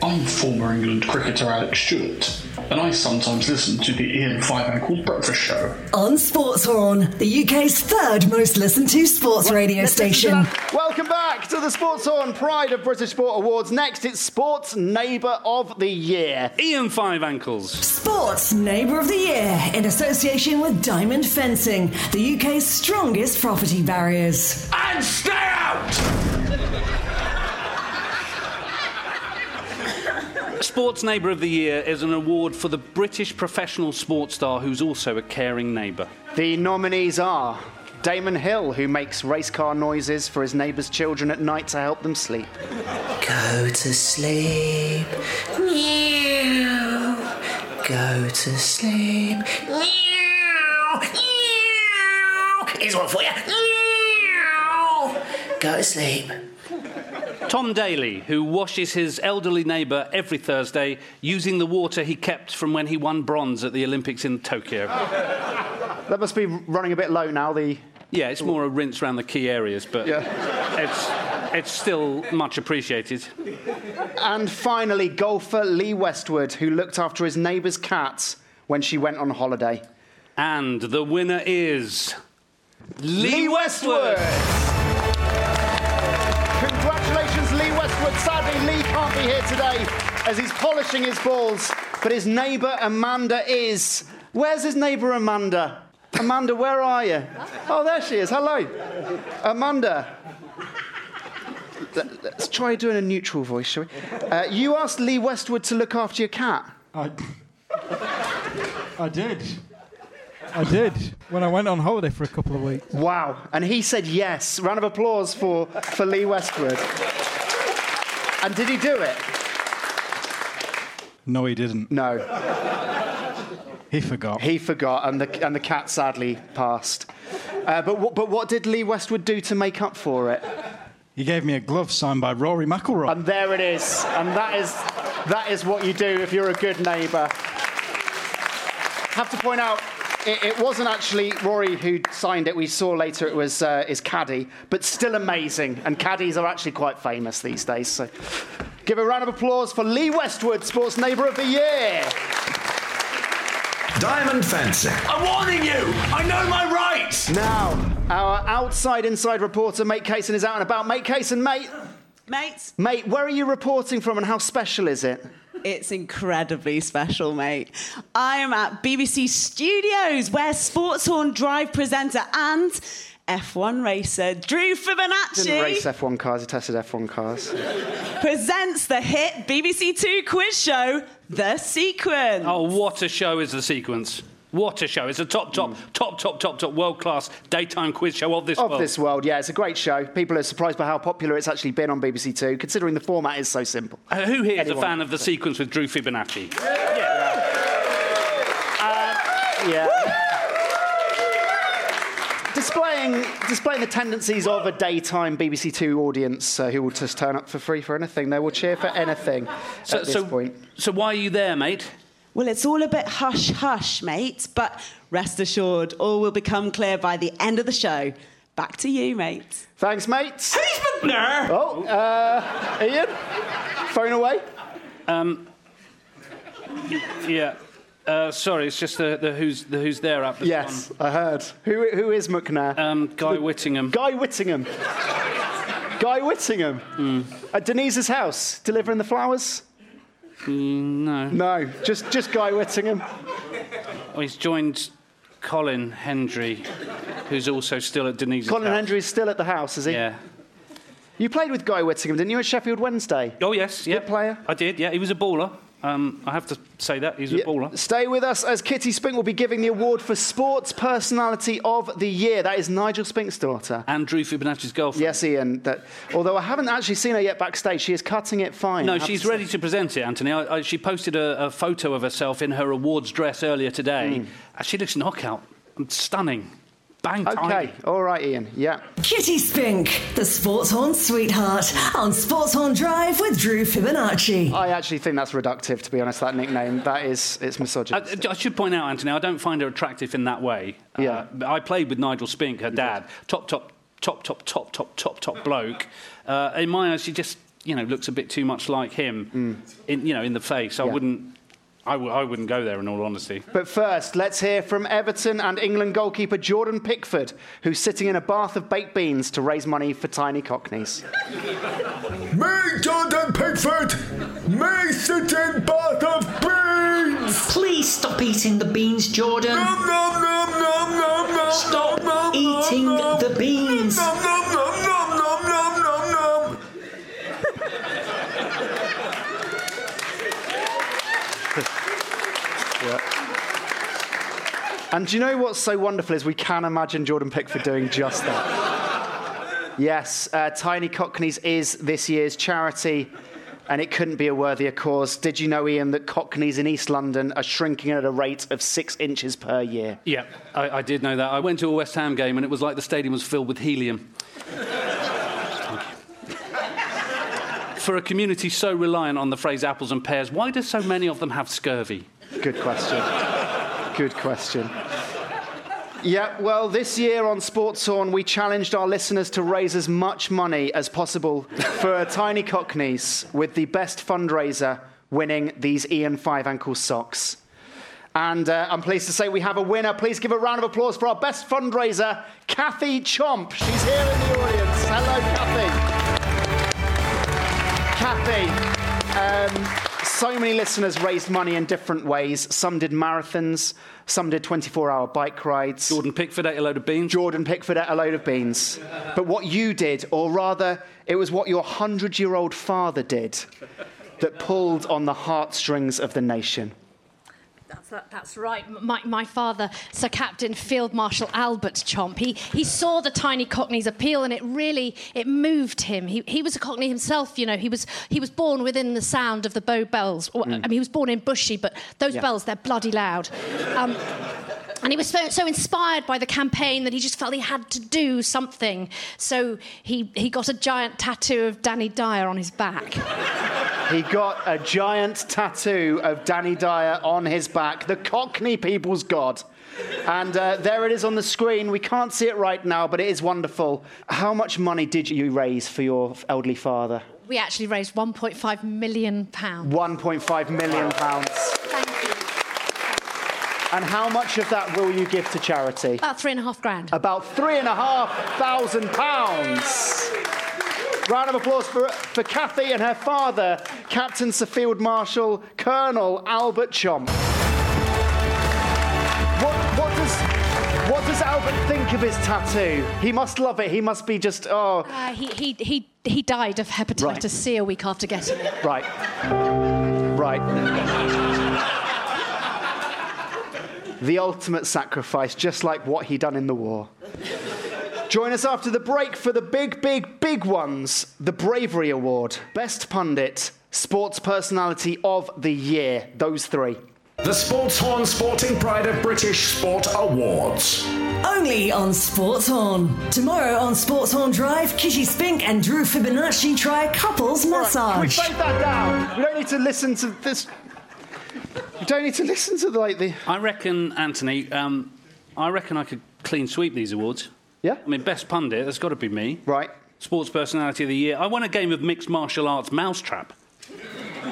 R: I'm former England cricketer Alex Stewart, and I sometimes listen to the Ian Five Ankle Breakfast Show.
B: On Sportshorn, the UK's third most listened to sports radio station.
D: Welcome back to the Sports Horn Pride of British Sport Awards. Next, it's Sports Neighbour of the Year.
E: Ian Five Ankles.
B: Sports Neighbour of the Year in association with Diamond Fencing, the UK's strongest property barriers.
R: And stay out!
E: Sports Neighbour of the Year is an award for the British professional sports star who's also a caring neighbour.
D: The nominees are Damon Hill, who makes race car noises for his neighbour's children at night to help them sleep.
M: Go to sleep. Meow. Go to sleep. Meow. Meow. Here's one for you. Meow. Go to sleep.
E: Tom Daly, who washes his elderly neighbour every Thursday using the water he kept from when he won bronze at the Olympics in Tokyo.
D: That must be running a bit low now, the.
E: Yeah, it's more a rinse around the key areas, but it's, it's still much appreciated.
D: And finally, golfer Lee Westwood, who looked after his neighbour's cat when she went on holiday.
E: And the winner is.
D: Lee Westwood! Congratulations, Lee Westwood. Sadly, Lee can't be here today as he's polishing his balls, but his neighbour Amanda is. Where's his neighbour Amanda? Amanda, where are you? Oh, there she is. Hello. Amanda. Let- Let's try doing a neutral voice, shall we? Uh, you asked Lee Westwood to look after your cat.
S: I, I did. I did. When I went on holiday for a couple of weeks.
D: Wow. And he said yes. Round of applause for, for Lee Westwood. And did he do it?
S: No, he didn't.
D: No.
S: He forgot.
D: He forgot, and the, and the cat sadly passed. Uh, but, what, but what did Lee Westwood do to make up for it?
S: He gave me a glove signed by Rory McIlroy.
D: And there it is. And that is, that is what you do if you're a good neighbour. Have to point out, it, it wasn't actually Rory who signed it. We saw later it was uh, his caddy, but still amazing. And caddies are actually quite famous these days. So give a round of applause for Lee Westwood, Sports Neighbour of the Year.
A: Diamond fencing.
R: I'm warning you! I know my rights!
D: Now, our outside inside reporter, Mate Cason, is out and about. Mate Cason, mate.
P: Mates,
D: Mate, where are you reporting from and how special is it?
P: it's incredibly special, mate. I am at BBC Studios, where Sportshorn Drive presenter and F1 racer Drew
D: Didn't race
P: Fibonacci
D: F1 cars, he tested F1 cars.
P: presents the hit BBC Two quiz show, The Sequence.
E: Oh, what a show is the sequence. What a show. It's a top, top, top, top, top, top world class daytime quiz show of this
D: Mm. of
E: world.
D: this world, yeah, it's a great show. People are surprised by how popular it's actually been on BBC Two, considering the format is so simple.
E: Uh, Who here is a
D: Anyone.
E: fan of the sequence with Drew Fibonacci?
D: Yeah. displaying, displaying the tendencies of a daytime BBC Two audience uh, who will just turn up for free for anything. They will cheer for anything at this
E: so,
D: point.
E: so why are you there, mate?
P: Well, it's all a bit hush hush, mate, but rest assured, all will become clear by the end of the show. Back to you, mate.
D: Thanks, mates.
P: McNair!
D: Oh, uh, Ian, phone away.
E: Um, yeah. Uh, sorry, it's just the, the who's the who's there app.
D: Yes, I heard. Who, who is McNair?
E: Um, Guy Whittingham.
D: Guy Whittingham. Guy Whittingham.
E: Hmm.
D: At Denise's house, delivering the flowers?
E: Hmm, no.
D: No, just, just Guy Whittingham.
E: Oh, he's joined Colin Hendry, who's also still at Denise's.
D: Colin
E: house.
D: Hendry is still at the house, is he?
E: Yeah.
D: You played with Guy Whittingham, didn't you, at Sheffield Wednesday?
E: Oh yes, yeah.
D: player.
E: I did. Yeah, he was a baller. Um, I have to say that he's a baller.
D: Stay with us as Kitty Spink will be giving the award for Sports Personality of the Year. That is Nigel Spink's daughter.
E: Andrew Fibonacci's girlfriend.
D: Yes, Ian. That, although I haven't actually seen her yet backstage, she is cutting it fine. I
E: No,
D: have
E: she's
D: to say.
E: ready to present it, Anthony. I, I, she posted a, a photo of herself in her awards dress earlier today.
D: Hmm.
E: Uh, She looks knockout. Stunning. Bang.
D: Okay, all right, Ian. Yeah.
B: Kitty Spink, the Sportshorn sweetheart, on Sportshorn Drive with Drew Fibonacci.
D: I actually think that's reductive, to be honest. That nickname, that is, it's misogynist.
E: I, I should point out, Anthony, I don't find her attractive in that way. Uh,
D: Yeah.
E: but I played with Nigel Spink, her dad. Top, top, top, top, top, top, top, top bloke. Uh, in my eyes, she just, you know, looks a bit too much like him. In, you know, in the face. I
D: Mm. Yeah.
E: wouldn't. I, w- I wouldn't go there in all honesty.
D: But first, let's hear from Everton and England goalkeeper Jordan Pickford, who's sitting in a bath of baked beans to raise money for tiny cockneys.
F: Me, Jordan Pickford! Me, sitting bath of beans!
M: Please stop eating the beans, Jordan.
F: Nom, nom, nom, nom, nom, nom,
M: Stop
F: nom, nom,
M: eating
F: nom,
M: the beans.
F: Nom, nom, nom, nom, nom, nom, nom, nom.
D: And do you know what's so wonderful is we can imagine Jordan Pickford doing just that. yes, uh, Tiny Cockneys is this year's charity, and it couldn't be a worthier cause. Did you know, Ian, that Cockneys in East London are shrinking at a rate of six inches per year?
E: Yeah, I, I did know that. I went to a West Ham game and it was like the stadium was filled with helium. For a community so reliant on the phrase apples and pears, why do so many of them have scurvy?
D: Good question. Good question. Yeah, well, this year on Sports Horn, we challenged our listeners to raise as much money as possible for Tiny Cockneys, with the best fundraiser winning these Ian Five Ankle socks. And uh, I'm pleased to say we have a winner. Please give a round of applause for our best fundraiser, Kathy Chomp. She's here in the audience. Hello, Kathy. Kathy, um, so many listeners raised money in different ways. Some did marathons, some did 24 hour bike rides.
E: Jordan Pickford ate a load of beans.
D: Jordan Pickford ate a load of beans. But what you did, or rather, it was what your 100 year old father did that pulled on the heartstrings of the nation.
G: That's, that, that's right. My, my father, Sir Captain Field Marshal Albert Chomp, he, he saw the tiny Cockney's appeal and it really it moved him. He, he was a Cockney himself, you know. He was he was born within the sound of the Bow Bells. Or, I mean, he was born in Bushy, but those
T: Yeah.
G: bells they're bloody loud. Um, and he was so, so inspired by the campaign that he just felt he had to do something. So he he got a giant tattoo of Danny Dyer on his back.
D: He got a giant tattoo of Danny Dyer on his back, the Cockney people's god. And uh, there it is on the screen. We can't see it right now, but it is wonderful. How much money did you raise for your elderly father?
G: We actually raised 1.5 million pounds.
D: 1.5 million pounds. Thank you. And how much of that will you give to charity?
G: About three and a half grand.
D: About three and a half thousand pounds. Round of applause for, for Kathy and her father, Captain Sir Field Marshal Colonel Albert Chomp. What, what does what does Albert think of his tattoo? He must love it. He must be just oh
G: Uh, he, he, he, he died of hepatitis
D: Right.
G: C a week after getting it.
D: right, right. The ultimate sacrifice, just like what he done in the war. Join us after the break for the big, big, big ones the Bravery Award, Best Pundit, Sports Personality of the Year. Those three.
A: The Sports Horn Sporting Pride of British Sport Awards.
B: Only on Sports Horn. Tomorrow on Sports Horn Drive, Kitty Spink and Drew Fibonacci try a couples
D: Can we
B: massage.
D: fade that down? We don't need to listen to this. You don't need to listen to the, like the.
E: I reckon, Anthony, um, I reckon I could clean sweep these awards.
D: Yeah?
E: I mean, best pundit, that's got to be me.
D: Right.
E: Sports personality of the year. I won a game of mixed martial arts mousetrap (laughs)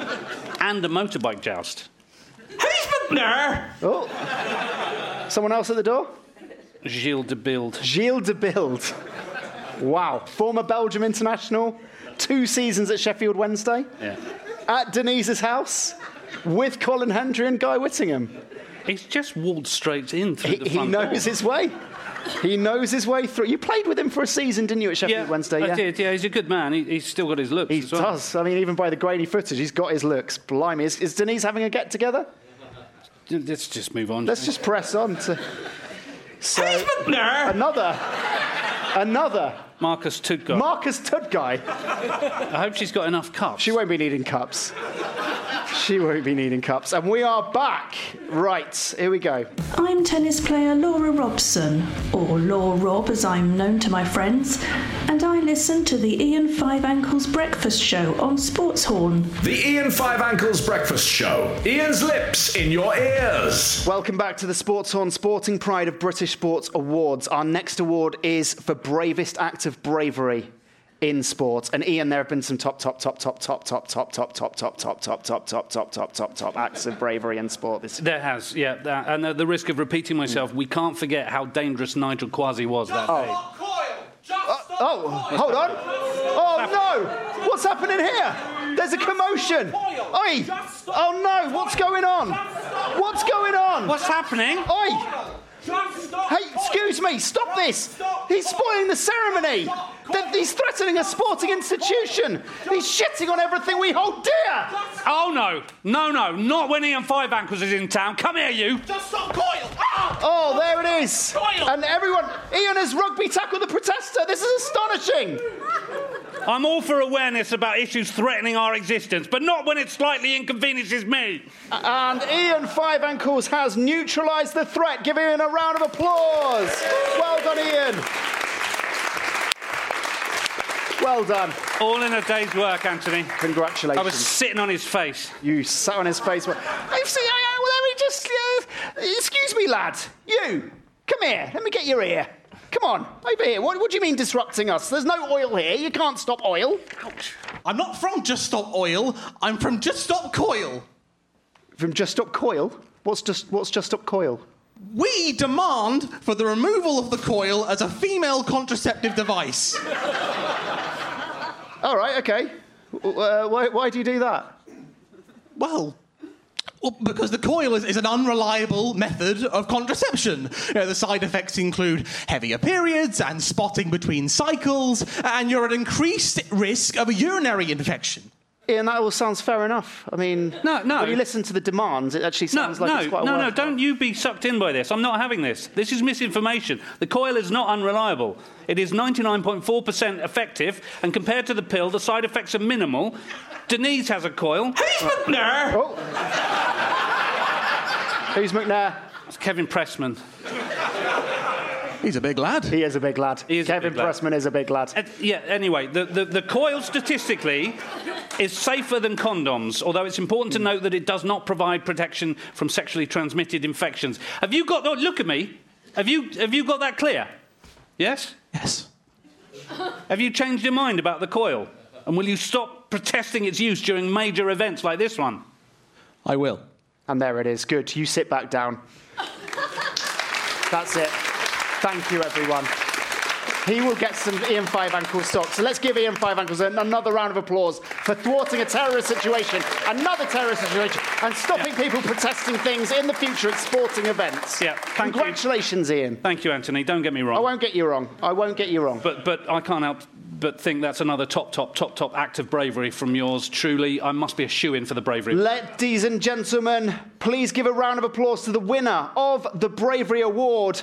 E: and a motorbike joust.
D: Oh. Someone else at the door?
E: Gilles de Bild.
D: Gilles de Bild. Wow. Former Belgium international, two seasons at Sheffield Wednesday,
E: Yeah.
D: at Denise's house, with Colin Hendry and Guy Whittingham.
E: He's just walled straight in through
D: He,
E: the
D: he
E: front
D: knows
E: door.
D: his way. He knows his way through. You played with him for a season, didn't you, at Sheffield Wednesday?
E: I did, yeah, he's a good man. He, he's still got his looks.
D: He
E: as well.
D: does. I mean, even by the grainy footage, he's got his looks. Blimey. Is, is Denise having a get together?
E: Let's just move on.
D: Let's just press on to. So, another. Another.
E: Marcus Tudgar.
D: Marcus Tudguy.
E: I hope she's got enough cups.
D: She won't be needing cups. She won't be needing cups. And we are back. Right, here we go.
H: I'm tennis player Laura Robson, or Law Rob as I'm known to my friends, and I listen to the Ian Five Ankles Breakfast Show on Sports Horn.
A: The Ian Five Ankles Breakfast Show. Ian's lips in your ears.
D: Welcome back to the Sports Horn Sporting Pride of British Sports Awards. Our next award is for Bravest Act of Bravery in Sport. And Ian, there have been some top, top, top, top, top, top, top, top, top, top, top, top, top, top, top, top, top, top acts of bravery in sport this
E: There has, yeah. that- and at the risk of repeating myself, we can't forget how dangerous Nigel Quasi was that day.
D: Oh, oh, hold on. Oh no! What's happening here? There's a commotion. Oi! Oh no! What's going on? What's going on?
E: What's happening?
D: Oi! Hey, excuse me! Stop this! He's spoiling the ceremony. That he's threatening a sporting institution. He's shitting on everything we hold dear.
E: Oh no, no, no, not when Ian Five Ankles is in town. Come here, you.
D: Oh, there it is. And everyone, Ian has rugby tackled the protester. This is astonishing.
E: I'm all for awareness about issues threatening our existence, but not when it slightly inconveniences me.
D: And Ian Five Ankles has neutralised the threat. Give Ian a round of applause. Well done, Ian. Well done.
E: All in a day's work, Anthony.
D: Congratulations.
E: I was sitting on his face.
D: You sat on his face. Well, I've seen. I, I- well, let me just. Uh, excuse me, lad. You, come here. Let me get your ear. Come on, over here. What, what do you mean disrupting us? There's no oil here. You can't stop oil.
L: I'm not from Just Stop Oil. I'm from Just Stop Coil.
D: From Just Stop Coil? What's just What's Just Stop Coil?
L: We demand for the removal of the coil as a female contraceptive device.
D: All right. Okay. W- Uh, why, why do you do that?
L: Well, well, because the coil is, is an unreliable method of contraception. You know, the side effects include heavier periods and spotting between cycles, and you're at increased risk of a urinary infection.
D: Ian, that all sounds fair enough. I mean,
E: No, no.
D: When you listen to the demands, it actually
E: No,
D: sounds like it's
E: no,
D: quite a
E: no, no,
D: worthwhile-
E: don't you be sucked in by this. I'm not having this. This is misinformation. The coil is not unreliable. It is 99.4% effective, and compared to the pill, the side effects are minimal. Denise has a coil.
D: Who's McNair?
E: It's Kevin Pressman.
L: He's a big lad.
D: He is a big lad.
E: He is a
D: Kevin
E: big lad.
D: Pressman is a big lad.
E: Uh, yeah, anyway, the, the, the coil statistically is safer than condoms, although it's important to note that it does not provide protection from sexually transmitted infections. Have you got... Oh, look at me. Have you, have you got that clear? Yes?
L: Yes.
E: Have you changed your mind about the coil? And will you stop protesting its use during major events like this one?
L: I will.
D: And there it is. Good. You sit back down. That's it. Thank you, everyone. He will get some Ian Five Ankle stock. So let's give Ian Five Ankles an- another round of applause for thwarting a terrorist situation, another terrorist situation, and stopping people protesting things in the future at sporting events.
E: Yeah, thank you.
D: Congratulations, Ian.
E: Thank you, Anthony. Don't get me wrong.
D: I won't get you wrong. I won't get you wrong.
E: But, but I can't help but think that's another top, top, top, top act of bravery from yours truly. I must be a shoe in for the bravery.
D: Ladies and gentlemen, please give a round of applause to the winner of the Bravery Award,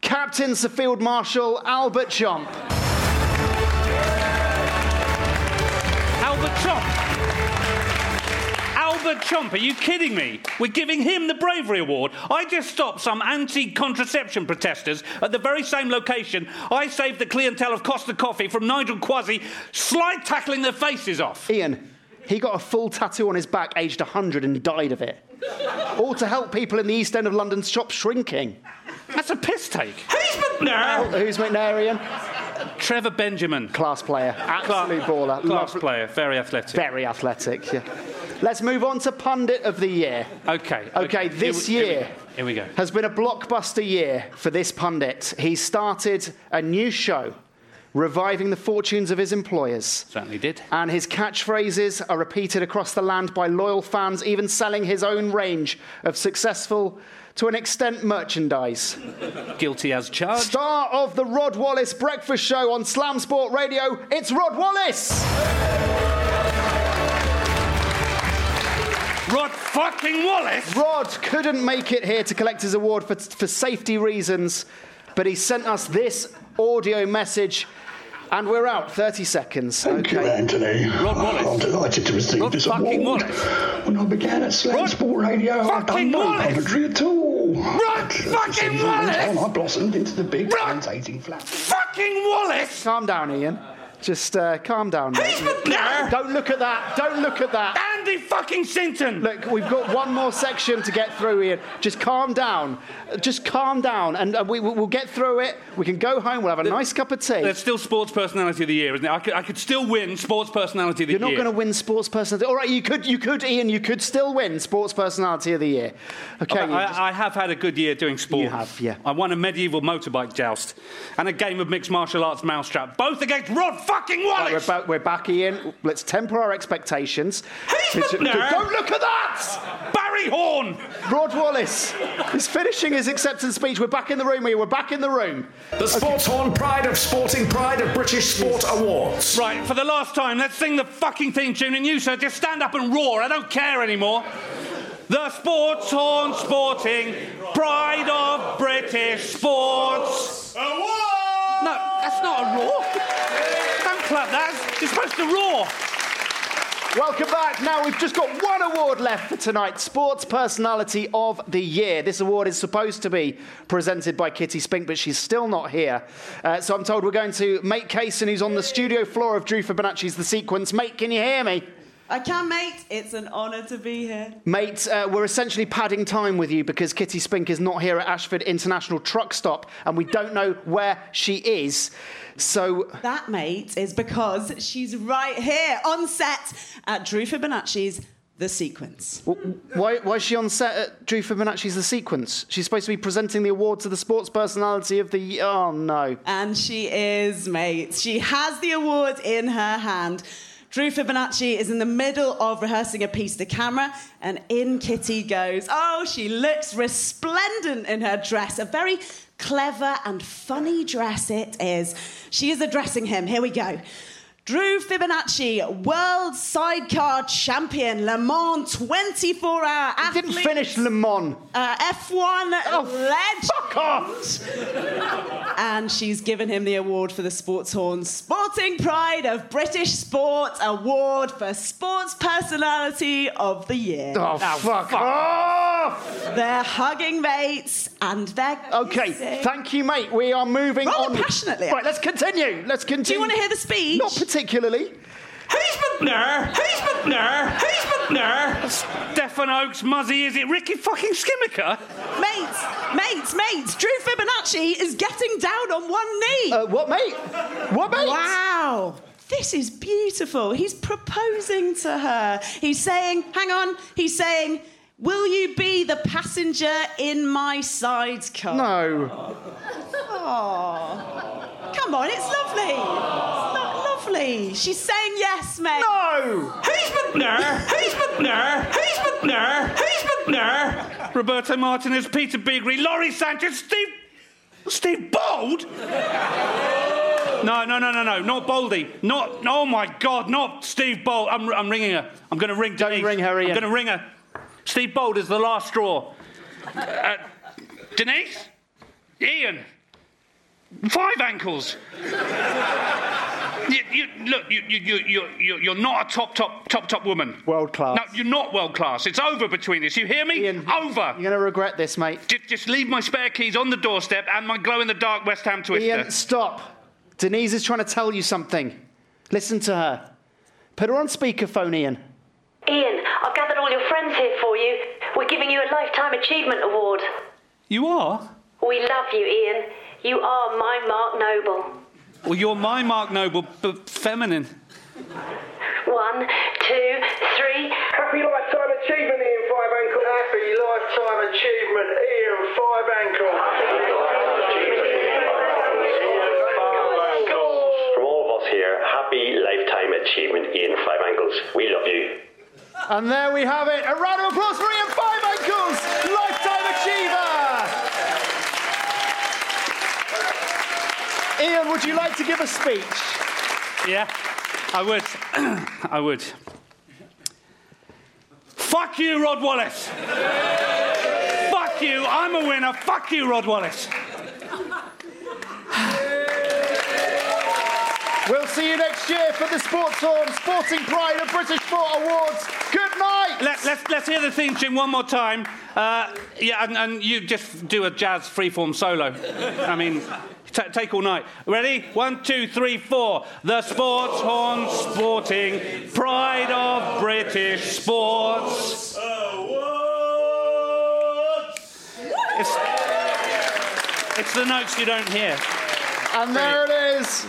D: Captain Sir Field Marshal Albert Chomp.
E: Albert Chomp. Albert Chomp, are you kidding me? We're giving him the Bravery Award. I just stopped some anti contraception protesters at the very same location I saved the clientele of Costa Coffee from Nigel Quasi slide tackling their faces off.
D: Ian, he got a full tattoo on his back aged 100 and died of it. All to help people in the East End of London stop shrinking.
E: That's a piss take.
D: Who's McNair? who's McNair, Ian?
E: Trevor Benjamin.
D: Class player. Absolute baller.
E: Class
D: Love-
E: player, very athletic.
D: Very athletic, yeah. Let's move on to Pundit of the Year.
E: Okay.
D: Okay, this
E: Here we-
D: year
E: Here we go. Here we go.
D: has been a blockbuster year for this pundit. He started a new show, reviving the fortunes of his employers.
E: Certainly did.
D: And his catchphrases are repeated across the land by loyal fans, even selling his own range of successful, to an extent, merchandise.
E: Guilty as charged.
D: Star of the Rod Wallace Breakfast Show on Slam Sport Radio, it's Rod Wallace!
E: Rod fucking Wallace!
D: Rod couldn't make it here to collect his award for, for safety reasons, but he sent us this audio message, and we're out 30 seconds.
R: Thank you, Anthony.
D: Rod Wallace.
R: I'm delighted to receive
D: Rod
R: this
D: fucking
R: award. When I began at Slam Sport Radio, I done no commentary at all. Rod fucking
E: Wallace.
R: I blossomed into the big rotating flat.
E: Fucking Wallace!
D: Calm down, Ian. Just uh, calm down. mate. Don't look at that. Don't look at that.
E: Andy fucking Sinton.
D: Look, we've got one more section to get through, Ian. Just calm down. Just calm down, and uh, we, we- we'll get through it. We can go home. We'll have a nice cup of tea.
E: There's still Sports Personality of the Year, isn't it? I could, I could still win Sports Personality of the
D: You're not
E: Year.
D: going to win sports personality. All right, you could, you could, Ian. You could still win sports personality of the year. Okay. Ian,
E: I,
D: just-
E: I have had a good year doing sports.
D: You have, yeah.
E: I won a medieval motorbike joust and a game of mixed martial arts mousetrap, both against Rod fucking
D: Right,
E: Wallace.
D: we're, back, we're back, Ian. Let's temper our expectations.
E: McNair.
D: Don't look at that!
E: Barry Horn!
D: Rod Wallace is finishing his acceptance speech. We're back in the room, Ian. We're back in the room.
A: The Sports Horn Pride of Sporting Pride of British Sport Awards.
E: Right, for the last time, let's sing the fucking theme tune, and you, sir, just stand up and roar. I don't care anymore. The Sports Horn Sporting Pride of British Sports Award. No, that's not a roar. Don't clap. That's you're supposed to roar.
D: Welcome back. Now we've just got one award left for tonight Sports Personality of the Year. This award is supposed to be presented by Kitty Spink, but she's still not here. Uh, so I'm told we're going to Mate Kaysen, who's on the studio floor of Drew Fibonacci's The Sequence. Mate, can you hear me?
P: I can, mate. It's an honour to be here.
D: Mate, uh, we're essentially padding time with you because Kitty Spink is not here at Ashford International Truck Stop and we don't know where she is. So,
P: That, mate, is because she's right here on set at Drew Fibonacci's The Sequence.
D: w- why, why is she on set at Drew Fibonacci's The Sequence? She's supposed to be presenting the award to the Sports Personality of the. Oh, no.
P: And she is, mate. She has the award in her hand. Drew Fibonacci is in the middle of rehearsing a piece to camera, and in Kitty goes. Oh, she looks resplendent in her dress. A very clever and funny dress it is. She is addressing him. Here we go. Drew Fibonacci, world sidecar champion, Le Mans 24 hour
D: He
P: athlete.
D: didn't finish Le Mans.
P: Uh, Oh, F1 legend.
D: Fuck off!
P: and she's given him the award for the Sports Horn Sporting Pride of British Sport Award for Sports Personality of the Year.
D: Oh, fuck, off!
P: They're hugging mates and they're
D: Okay,
P: kissing.
D: thank you, mate. We are moving
P: Rather
D: on.
P: passionately.
D: Right, let's continue. Let's continue.
P: Do you want to hear the speech?
D: Not particularly.
P: Who's McNair? Who's McNair? Who's McNair?
E: Stefan Oakes, Muzzy, is it Ricky fucking Skimmaker?
P: Mates, mates, mates! Drew Fibonacci is getting down on one knee.
D: Uh, what, mate? What, mate?
P: Wow. This is beautiful. He's proposing to her. He's saying, hang on, he's saying, will you be the passenger in my sidecar?
D: No.
P: Aw. Come on, it's lovely. It's not lovely. She's saying yes, mate.
D: No!
P: Who's McNair? Who's McNair? Who's McNair? Who's McNair?
E: Roberto Martinez, Peter Bigree, Laurie Sanchez, Steve. Steve Bold? No, no, no, no, no. Not Boldy. Not. Oh my God, not Steve Bold. I'm, I'm ringing her. I'm going to ring Denise.
D: ring her,
E: I'm
D: Ian.
E: going to ring her. Steve Bold is the last straw. Uh, Denise? Ian? Five ankles. You, you, look, you, you, you, you, you- you're not a top, top, top, top woman.
D: World class.
E: No, you're not world class. It's over between us. You hear me? over. You're
D: going to regret this, mate.
E: Just, just leave my spare keys on the doorstep and my glow in the dark West Ham twister.
D: Ian, stop. Denise is trying to tell you something. Listen to her. Put her on speakerphone, Ian.
I: Ian, I've gathered all your friends here for you. We're giving you a Lifetime Achievement Award.
E: You are?
I: We love you, Ian. You are my Mark Noble.
E: Well, you're my Mark Noble, but feminine.
I: One, two, three.
K: Happy lifetime achievement, Ian Five Ankle. Happy lifetime achievement, Ian Five Ankle.
T: From all of us here, happy lifetime achievement, Ian Five Ankles. We love you.
D: And there we have it. A round of applause for Ian Five Ankles, Lifetime Achiever. Ian, would you like to give a speech?
E: Yeah, I would. (clears throat) I would. Fuck you, Rod Wallace. Fuck you. I'm a winner. Fuck you, Rod Wallace.
D: We'll see you next year for the Sports Horn Sporting Pride of British Sport Awards. Good night.
E: Let, let's, let's hear the theme tune one more time. Uh, yeah, and, and you just do a jazz freeform solo. I mean, t- take all night. Ready? One, two, three, four. The Sports Horn Sporting Pride of British Sports. It's, it's the notes you don't hear.
D: And there it is.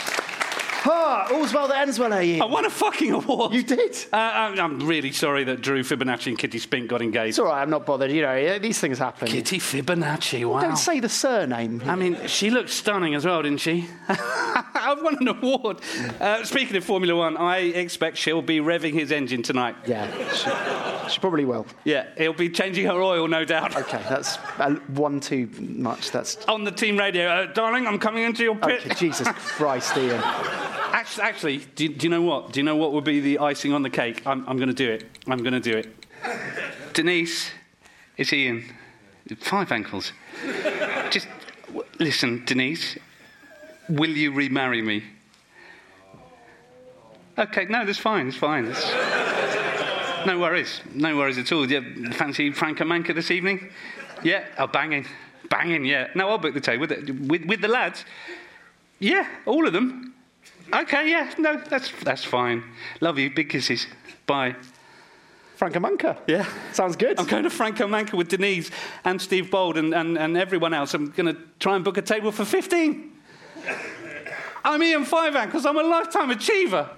D: Ah, all's well that ends well, eh, Ian?
E: I won a fucking award.
D: You did.
E: Uh, I'm, I'm really sorry that Drew Fibonacci and Kitty Spink got engaged.
D: It's all right. I'm not bothered. You know, yeah, these things happen.
E: Kitty Fibonacci. Wow.
D: Don't say the surname.
E: I mean, she looked stunning as well, didn't she? (laughs) I've won an award. Uh, speaking of Formula One, I expect she'll be revving his engine tonight.
D: Yeah, she, she probably will.
E: Yeah, he'll be changing her oil, no doubt.
D: Okay, that's uh, one too much. That's
E: On the team radio, uh, darling, I'm coming into your pit.
D: (laughs) okay, Jesus Christ, Ian.
E: Actually, actually do, do you know what? Do you know what would be the icing on the cake? I'm, I'm going to do it. I'm going to do it. Denise, it's Ian. Five ankles. Just w- listen, Denise. Will you remarry me? Okay, no, that's fine. It's fine. It's- no worries. No worries at all. Yeah, fancy Franco Manca this evening? Yeah, oh, banging, banging. Yeah. No, I'll book the table with the, with, with the lads. Yeah, all of them. Okay, yeah, no, that's that's fine. Love you, big kisses. Bye.
D: Franco Manca.
E: Yeah.
D: Sounds good.
E: I'm going to Franco Manca with Denise and Steve Bold and, and, and everyone else. I'm going to try and book a table for 15. I'm Ian Five because I'm a lifetime achiever.